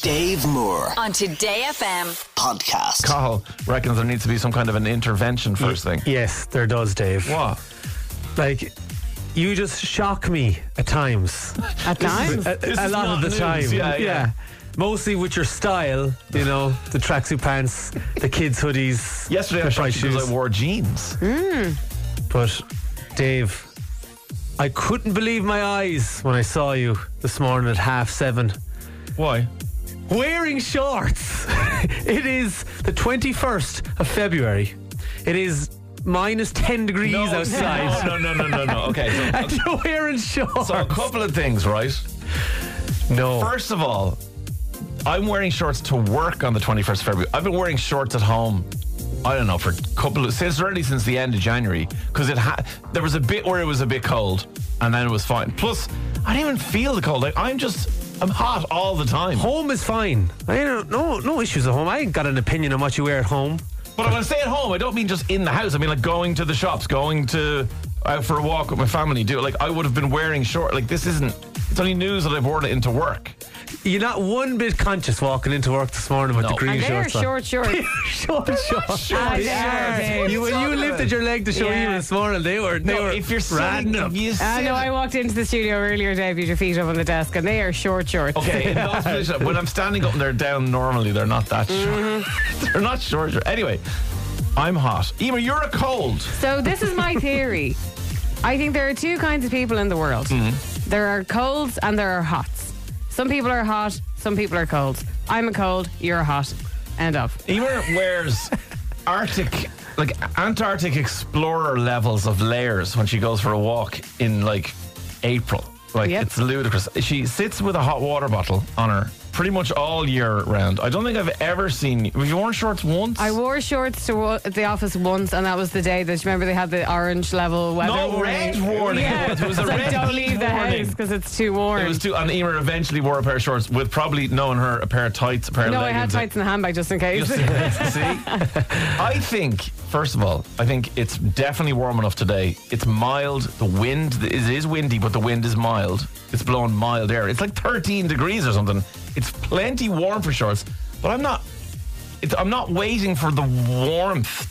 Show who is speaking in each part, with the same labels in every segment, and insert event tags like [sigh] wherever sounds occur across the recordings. Speaker 1: Dave Moore
Speaker 2: on Today FM.
Speaker 1: podcast.
Speaker 3: Cahill reckons there needs to be some kind of an intervention first thing.
Speaker 4: Yes, there does, Dave.
Speaker 3: What?
Speaker 4: Like, you just shock me at times.
Speaker 5: At times.
Speaker 4: A,
Speaker 3: This
Speaker 4: a
Speaker 3: is
Speaker 4: lot
Speaker 3: not
Speaker 4: of the
Speaker 3: news,
Speaker 4: time.
Speaker 3: yeah, yeah.
Speaker 4: Mostly with your style, you know, the tracksuit pants, the kids' hoodies.
Speaker 3: Yesterday I
Speaker 4: the
Speaker 3: shot
Speaker 4: price
Speaker 3: you because I
Speaker 4: shoes.
Speaker 3: wore jeans.
Speaker 4: Hmm? But, Dave, I couldn't believe my eyes when I saw you this morning at half seven.
Speaker 3: Why?
Speaker 4: wearing shorts. [laughs] it is the 21st of February. It is minus 10 degrees outside. [laughs]
Speaker 3: No, no, no, no, no, no. Okay,
Speaker 4: And
Speaker 3: so,
Speaker 4: you're wearing shorts.
Speaker 3: so a couple of things, right?
Speaker 4: no.
Speaker 3: First of all, I'm wearing shorts to work on the 21st of February. I've been wearing shorts at home. I don't know for a couple of since really since the end of January because it had there was a bit where it was a bit cold and then it was fine. Plus, I didn't even feel the cold. Like I'm just I'm hot all the time.
Speaker 4: home is fine. I don't no no issues at home. I ain't got an opinion on what you wear at home.
Speaker 3: But when I say at home, I don't mean just in the house. I mean like going to the shops, going to out for a walk with my family. Do like I would have been wearing short. Like this isn't. It's only news that I've worn it into work.
Speaker 4: You're not one bit conscious walking into work this morning with
Speaker 3: No.
Speaker 4: the green
Speaker 5: and they're
Speaker 4: shorts on. [laughs]
Speaker 5: short shorts.
Speaker 4: short shorts.
Speaker 3: Short
Speaker 5: they are,
Speaker 3: shorts.
Speaker 5: babe.
Speaker 4: You, when you lifted your leg to show
Speaker 5: Yeah.
Speaker 4: you this morning, they were they
Speaker 3: No,
Speaker 4: were
Speaker 3: if you're sitting,
Speaker 4: random.
Speaker 3: if you
Speaker 5: I know.
Speaker 3: sit-
Speaker 5: Uh, I walked into the studio earlier, Dave, with your feet up on the desk, and they are short shorts.
Speaker 3: Okay, in
Speaker 4: [laughs]
Speaker 3: that position, when I'm standing up and they're down normally, they're not that
Speaker 5: Mm-hmm.
Speaker 3: short. [laughs] they're not short. short. Anyway, I'm hot. Emer, you're a cold.
Speaker 5: So this is
Speaker 3: [laughs]
Speaker 5: my theory. I think there are two kinds of people in the world.
Speaker 3: Mm-hmm.
Speaker 5: There are colds and there are hots. Some people are hot. Some people are cold. I'm a cold. You're a hot. End of.
Speaker 3: Emer wears Arctic, like Antarctic explorer levels of layers when she goes for a walk in like April. Like
Speaker 5: Yep.
Speaker 3: it's ludicrous. She sits with a hot water bottle on her pretty much all year round. I don't think I've ever seen. Have you worn shorts once?
Speaker 5: I wore shorts to wo- the office once, and that was the day that remember they had the orange level weather
Speaker 3: No,
Speaker 5: warning.
Speaker 3: red warning. It
Speaker 5: Yeah.
Speaker 3: was a
Speaker 5: It's like,
Speaker 3: red
Speaker 5: don't leave the
Speaker 3: warning.
Speaker 5: house because it's too warm.
Speaker 3: It was too, and Emer eventually wore a pair of shorts with probably knowing her a pair of tights, a pair of
Speaker 5: no, I
Speaker 3: leggings.
Speaker 5: had tights in the handbag just in case.
Speaker 3: Just in case, [laughs] see? I think, first of all, I think it's definitely warm enough today. It's mild. The wind it is windy, but the wind is mild. It's blowing mild air. It's like 13 degrees or something. It's plenty warm for shorts, but I'm not. It's, I'm not waiting for the warmth.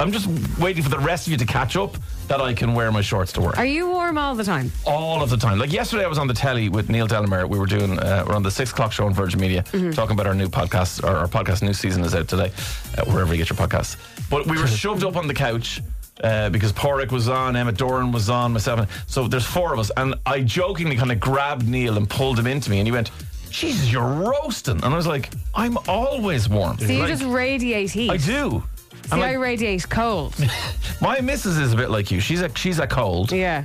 Speaker 3: I'm just waiting for the rest of you to catch up that I can wear my shorts to work
Speaker 5: [laughs] Are you warm all the time?
Speaker 3: all of the time. Like yesterday, I was on the telly with Neil Delamere. We were doing uh, we're on the six o'clock show on Virgin Media,
Speaker 5: Mm-hmm.
Speaker 3: talking about our new podcast. Our, our podcast new season is out today, uh, wherever you get your podcasts. But we were shoved up on the couch. Uh, because Porrick was on, Emma Doran was on, myself. So there's four of us. And I jokingly kind of grabbed Neil and pulled him into me. And he went, Jesus, you're roasting. And I was like, I'm always warm.
Speaker 5: So you
Speaker 3: Like,
Speaker 5: just radiate heat.
Speaker 3: I do.
Speaker 5: See,
Speaker 3: And
Speaker 5: I
Speaker 3: like,
Speaker 5: radiate cold.
Speaker 3: my missus is a bit like you. She's a, she's a cold.
Speaker 5: [laughs] yeah.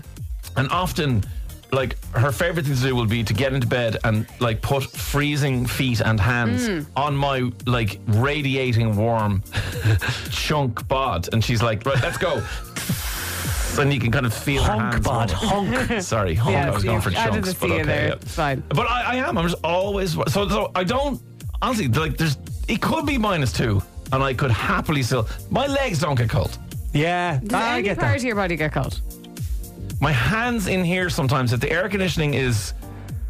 Speaker 3: And often, like, her favorite thing to do will be to get into bed and, like, put freezing feet and hands on my, like, radiating warm [laughs] chunk bod. And she's like, right, let's go. [laughs] and you can kind of feel her
Speaker 4: Honk
Speaker 3: hands
Speaker 4: bod,
Speaker 3: going. [laughs]
Speaker 4: honk.
Speaker 3: Sorry, honk.
Speaker 5: Yeah,
Speaker 3: I was going
Speaker 5: you-
Speaker 3: for
Speaker 5: I
Speaker 3: chunks,
Speaker 5: didn't
Speaker 3: but
Speaker 5: see you
Speaker 3: okay.
Speaker 5: there.
Speaker 3: yeah.
Speaker 5: It's fine.
Speaker 3: But I, I am. I'm just always so. So I don't. Honestly, like, there's. It could be minus two, and I could happily still. My legs don't get cold.
Speaker 4: Yeah,
Speaker 5: Does
Speaker 4: I
Speaker 5: any
Speaker 4: get
Speaker 5: part
Speaker 4: that.
Speaker 5: of your body get cold?
Speaker 3: my hands in here sometimes if the air conditioning is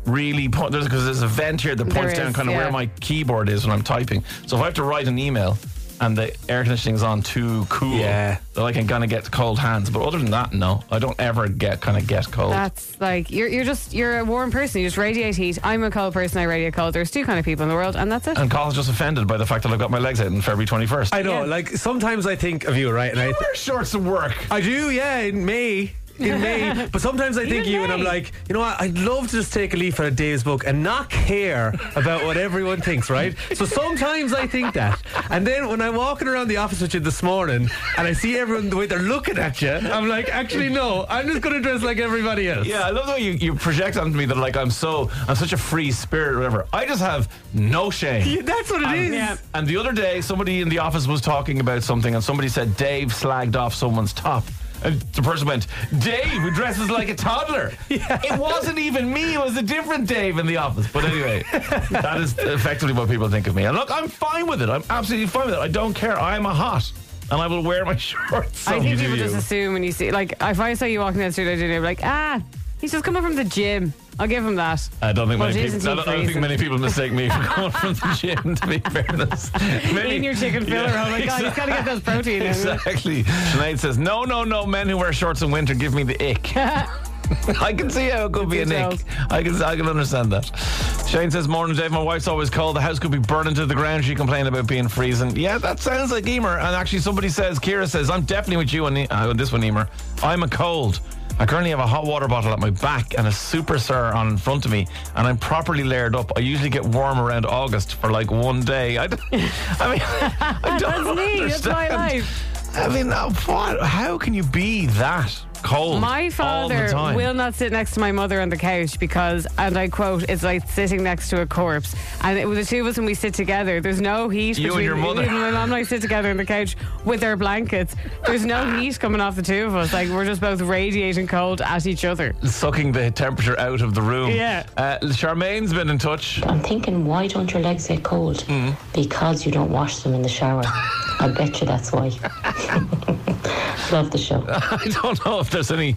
Speaker 3: really point there's because there's a vent here that points
Speaker 5: There
Speaker 3: down
Speaker 5: is,
Speaker 3: kind of
Speaker 5: yeah.
Speaker 3: where my keyboard is when I'm typing. So if I have to write an email and the air conditioning's on too cool,
Speaker 4: Yeah.
Speaker 3: then I can kind of get cold hands. But other than that, no, I don't ever get kind of get cold.
Speaker 5: That's like you're you're just you're a warm person. You just radiate heat. I'm a cold person. I radiate cold. There's two kind of people in the world, and that's it.
Speaker 3: and Colin's just offended by the fact that I've got my legs out on February 21st.
Speaker 4: I know.
Speaker 5: Yeah.
Speaker 4: Like sometimes I think of you, right? And I,
Speaker 3: wear shorts to work.
Speaker 4: I do, yeah, in May. In May. But sometimes I think
Speaker 5: in
Speaker 4: you and I'm
Speaker 5: May.
Speaker 4: like, you know what, I'd love to just take a leaf out of Dave's book and not care about what everyone thinks, right? So sometimes I think that. And then when I'm walking around the office with you this morning and I see everyone the way they're looking at you, I'm like, actually no, I'm just gonna dress like everybody else.
Speaker 3: Yeah, I love the way you, you project onto me that like I'm so I'm such a free spirit or whatever. I just have no shame.
Speaker 4: Yeah, That's what it
Speaker 3: And,
Speaker 4: is.
Speaker 3: and the other day, somebody in the office was talking about something, and somebody said Dave slagged off someone's top. And the person went, Dave, who dresses like a
Speaker 5: [laughs]
Speaker 3: toddler. It wasn't even me, it was a different Dave in the office. But anyway,
Speaker 5: [laughs]
Speaker 3: that is effectively what people think of me. And look, I'm fine with it. I'm absolutely fine with it. I don't care. I am a hot, and I will wear my [laughs] shorts. So
Speaker 5: I think
Speaker 3: do
Speaker 5: people
Speaker 3: you.
Speaker 5: just assume when you see like if I saw you walking down the street, I'd be like, ah, he's just coming from the gym. I'll give him that.
Speaker 3: I don't think
Speaker 5: But
Speaker 3: many
Speaker 5: isn't
Speaker 3: people.
Speaker 5: he
Speaker 3: I don't, I don't think
Speaker 5: freezing?
Speaker 3: many people mistake me for [laughs] going from the gym. To be fairness, many,
Speaker 5: [laughs] Eating your chicken filler.
Speaker 3: Yeah,
Speaker 5: oh my
Speaker 3: [laughs]
Speaker 5: god, he's got to get those protein [laughs] in.
Speaker 3: Exactly. Sinead says, no, no, no, men who wear shorts in winter give me the ick. [laughs] I can see how it could be an ick.
Speaker 5: details.
Speaker 3: I can, I can understand that. Shane says, morning, Dave. My wife's always cold. The house could be burning to the ground. She complained about being freezing. Yeah, that sounds like Emer. And actually, somebody says, Kira says, I'm definitely with you on, the- uh, on this one, Emer. I'm a cold. I currently have a hot water bottle at my back and a super sir on in front of me, and I'm properly layered up. I usually get warm around August for like one day. [laughs] I, don't- I mean, [laughs] I don't
Speaker 5: That's me. That's my
Speaker 3: understand.
Speaker 5: life.
Speaker 3: I mean, uh, what? How can you be that cold?
Speaker 5: My
Speaker 3: all
Speaker 5: father
Speaker 3: the time?
Speaker 5: will not sit next to my mother on the couch because, and I quote, it's like sitting next to a corpse. And it, the two of us, when we sit together, there's no heat.
Speaker 3: You and
Speaker 5: between,
Speaker 3: your mother.
Speaker 5: even My mom and I sit together on the couch with our blankets.
Speaker 3: [laughs]
Speaker 5: There's no heat coming off the two of us. Like we're just both radiating cold at each other.
Speaker 3: [laughs] sucking the temperature out of the room.
Speaker 5: Yeah.
Speaker 3: Uh, Charmaine's been in touch. [laughs]
Speaker 1: I'm thinking, why don't your legs get cold? Because you don't wash them in the shower. I bet you that's why. [laughs] Love the show.
Speaker 3: I don't know if there's any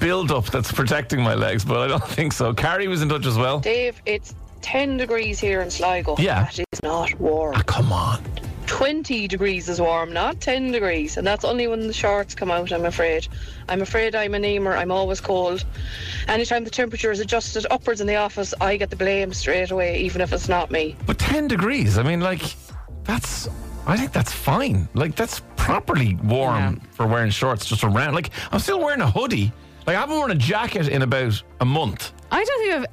Speaker 3: build-up that's protecting my legs, but I don't think so. Carrie was in touch as well.
Speaker 2: Dave, it's 10 degrees here in Sligo.
Speaker 3: Yeah.
Speaker 2: That is not warm.
Speaker 3: Come on.
Speaker 2: 20 degrees is warm, not 10 degrees. And that's only when the shorts come out, I'm afraid. I'm afraid I'm an emer. I'm always cold. Anytime the temperature is adjusted upwards in the office, I get the blame straight away, even if it's not me.
Speaker 3: But 10 degrees, I mean, like, that's. I think that's fine. Like, that's properly warm
Speaker 5: Yeah.
Speaker 3: for wearing shorts just around. Like, I'm still wearing a hoodie. Like, I haven't worn a jacket in about a month.
Speaker 5: I don't think I've.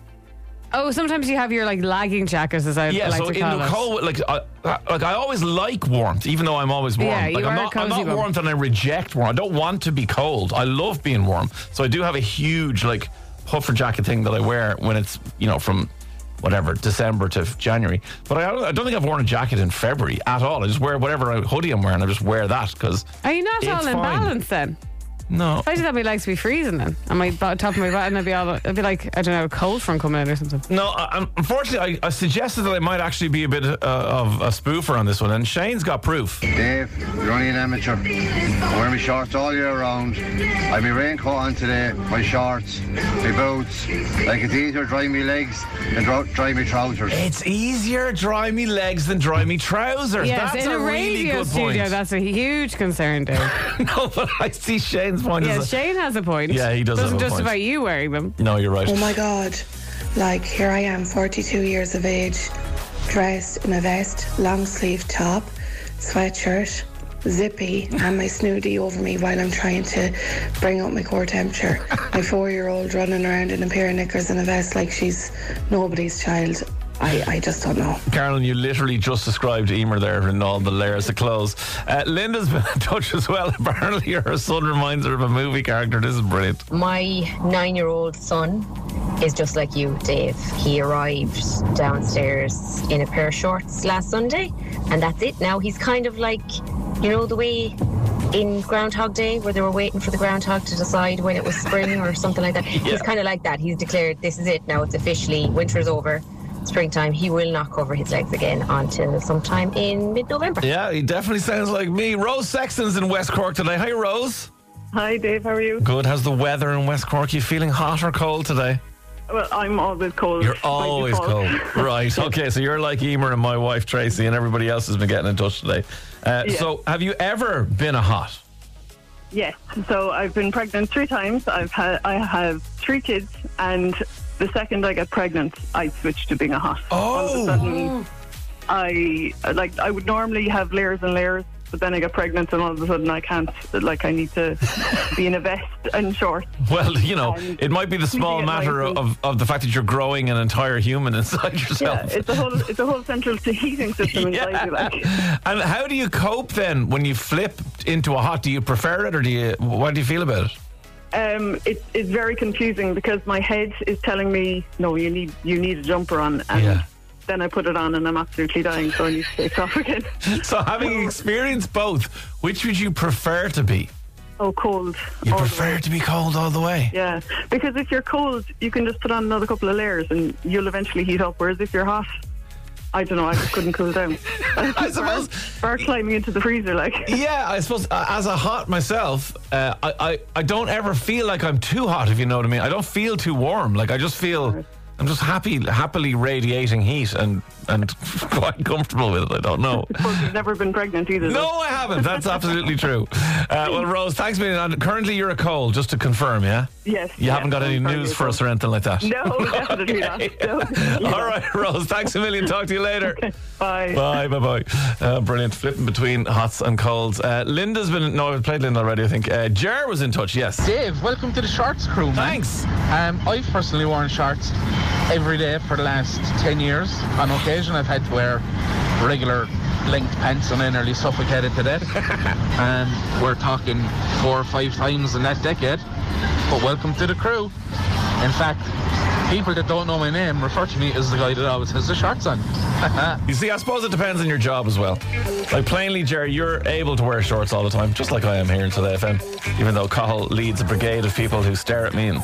Speaker 5: Oh, sometimes you have your like lagging jackets, as I
Speaker 3: Yeah,
Speaker 5: like
Speaker 3: so
Speaker 5: to
Speaker 3: in
Speaker 5: call
Speaker 3: the
Speaker 5: it.
Speaker 3: cold, like, I I- like I always like warmth, even though I'm always warm.
Speaker 5: Yeah, you
Speaker 3: like, I'm
Speaker 5: are a
Speaker 3: not, I'm
Speaker 5: cozy
Speaker 3: not
Speaker 5: one.
Speaker 3: warmth, and I reject warm. I don't want to be cold. I love being warm, so I do have a huge like puffer jacket thing that I wear when it's you know from whatever December to January. But I, don't- I don't think I've worn a jacket in February at all. I just wear whatever hoodie I'm wearing. I just wear that because
Speaker 5: Are you not
Speaker 3: It's
Speaker 5: all in
Speaker 3: fine.
Speaker 5: balance then? [laughs]
Speaker 3: no,
Speaker 5: I just have my legs be freezing then, and my bo- top of my body, and I'd be all, I'd be like, I don't know, a cold from coming in or something.
Speaker 3: No, I, I'm- unfortunately, I, I suggested that I might actually be a bit uh, of a spoofer on this one, and Shane's got proof.
Speaker 6: Dave, you're only an amateur. I wear my shorts all year round. I have my raincoat on today, my shorts, my boots. Like it's easier dry my legs than dro- dry my trousers.
Speaker 3: It's easier dry me legs than dry me trousers.
Speaker 5: Yes,
Speaker 3: that's
Speaker 5: in a,
Speaker 3: really
Speaker 5: radio
Speaker 3: good
Speaker 5: studio,
Speaker 3: point. [laughs]
Speaker 5: that's a huge concern, Dave.
Speaker 3: no, but I see Shane's point.
Speaker 5: yeah,
Speaker 3: as a-
Speaker 5: Shane has a point.
Speaker 3: Yeah, he does
Speaker 5: Doesn't
Speaker 3: have a
Speaker 5: justify
Speaker 3: point.
Speaker 5: you wearing them.
Speaker 3: no, you're right.
Speaker 7: Oh my god. Like here I am, 42 years of age, dressed in a vest, long sleeve top, sweatshirt, zippy, and my snoodie over me while I'm trying to bring up my core temperature. My four-year-old running around in a pair of knickers and a vest like she's nobody's child. I, I just don't know.
Speaker 3: Carolyn, you literally just described Emer there in all the layers of clothes. Uh, Linda's been in [laughs] touch as well. Apparently, her son reminds her of a movie character. This is brilliant.
Speaker 8: My nine year old son is just like you, Dave. He arrived downstairs in a pair of shorts last Sunday, and that's it. Now he's kind of like, you know, the way in Groundhog Day where they were waiting for the groundhog to decide when it was spring or something like that. He's kind of like that. He's declared, this is it. Now it's officially winter's over. Springtime, he will not cover his legs again until sometime in mid November.
Speaker 3: Yeah, he definitely sounds like me. Rose Sexton's in West Cork today. Hi, Rose.
Speaker 9: Hi, Dave. How are you?
Speaker 3: Good. How's the weather in West Cork? You feeling hot or cold today?
Speaker 9: Well, I'm always cold.
Speaker 3: You're
Speaker 9: by
Speaker 3: always
Speaker 9: default.
Speaker 3: cold. [laughs] Right. Okay. So you're like Emer and my wife Tracy and everybody else has been getting in touch today. Uh,
Speaker 9: Yeah.
Speaker 3: So have you ever been a hot? [laughs]
Speaker 9: Yes. So I've been pregnant three times. I've had I have three kids, and the second I get pregnant, I switch to being a hot. All
Speaker 3: Oh.
Speaker 9: of a sudden, I like I would normally have layers and layers, but then I get pregnant, and all of a sudden I can't. Like I need to be in a vest and shorts.
Speaker 3: Well, you know,
Speaker 9: Um,
Speaker 3: it might be
Speaker 9: [laughs]
Speaker 3: the small
Speaker 9: it might
Speaker 3: matter
Speaker 9: be.
Speaker 3: of, of the fact that you're growing an entire human [laughs] inside
Speaker 9: Yeah,
Speaker 3: yourself.
Speaker 9: it's a whole it's a whole central heating
Speaker 3: [laughs]
Speaker 9: system inside you. Like.
Speaker 3: And how do you cope then when you flip into a hot? Do you prefer it or do you, what do you feel about it?
Speaker 9: um, it, it's very confusing because my head is telling me, no, you need you need a jumper on, and
Speaker 3: Yeah. [laughs]
Speaker 9: then I put it on and I'm absolutely dying, so I need to take it [laughs] off again.
Speaker 3: So having experienced both, which would you prefer to be?
Speaker 9: Oh, cold.
Speaker 3: You
Speaker 9: all the
Speaker 3: prefer
Speaker 9: way.
Speaker 3: to be cold all the way.
Speaker 9: Yeah, because if you're cold, you can just put on another couple of layers and you'll eventually heat up. Whereas if you're hot,
Speaker 7: I don't know. I just couldn't cool down.
Speaker 3: [laughs] I
Speaker 9: [laughs]
Speaker 3: suppose.
Speaker 7: Bar climbing into the freezer, like.
Speaker 3: Yeah, I suppose uh, as a hot myself, uh, I, I I don't ever feel like I'm too hot. If you know what I mean, I don't feel too warm. Like I just feel. I'm just happy, happily radiating heat and and [laughs] quite comfortable with it. I don't
Speaker 7: [laughs]
Speaker 3: know.
Speaker 7: But you've never been pregnant either.
Speaker 3: [laughs] No,
Speaker 7: though.
Speaker 3: I haven't. That's absolutely true. Uh,
Speaker 7: [laughs]
Speaker 3: well, Rose, thanks for being on. Currently, you're a cold, just to confirm, yeah?
Speaker 7: Yes.
Speaker 3: You haven't got any news for us or anything like that?
Speaker 9: [laughs]
Speaker 7: No,
Speaker 3: [laughs]
Speaker 7: definitely not. No.
Speaker 3: All right, Rose, thanks a million. Talk to you
Speaker 7: [laughs]
Speaker 3: later.
Speaker 7: Bye.
Speaker 3: Bye, bye, bye. Uh, brilliant. Flipping between hots and colds. Uh, Linda's been. No, I've played Linda already, I think. Uh, Jer was in touch, yes.
Speaker 4: Dave, welcome to the shorts crew, man.
Speaker 3: Thanks.
Speaker 4: Um, I've personally worn shorts every day for the last 10 years. On occasion, I've had to wear regular length pants and I nearly suffocated to death. and we're talking four or five times in that decade. But welcome to the crew. In fact, people that don't know my name refer to me as the guy that always has the shorts on.
Speaker 3: You see, I suppose it depends on your job as well. Like, plainly, Jer, you're able to wear shorts all the time, just like I am here in Today FM, even though Cahill leads a brigade of people who stare at me and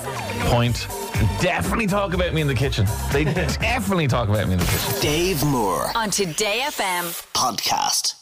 Speaker 3: point and definitely talk about me in the kitchen.
Speaker 4: [laughs]
Speaker 3: They definitely talk about me in the kitchen.
Speaker 1: Dave Moore
Speaker 2: on Today FM.
Speaker 1: podcast.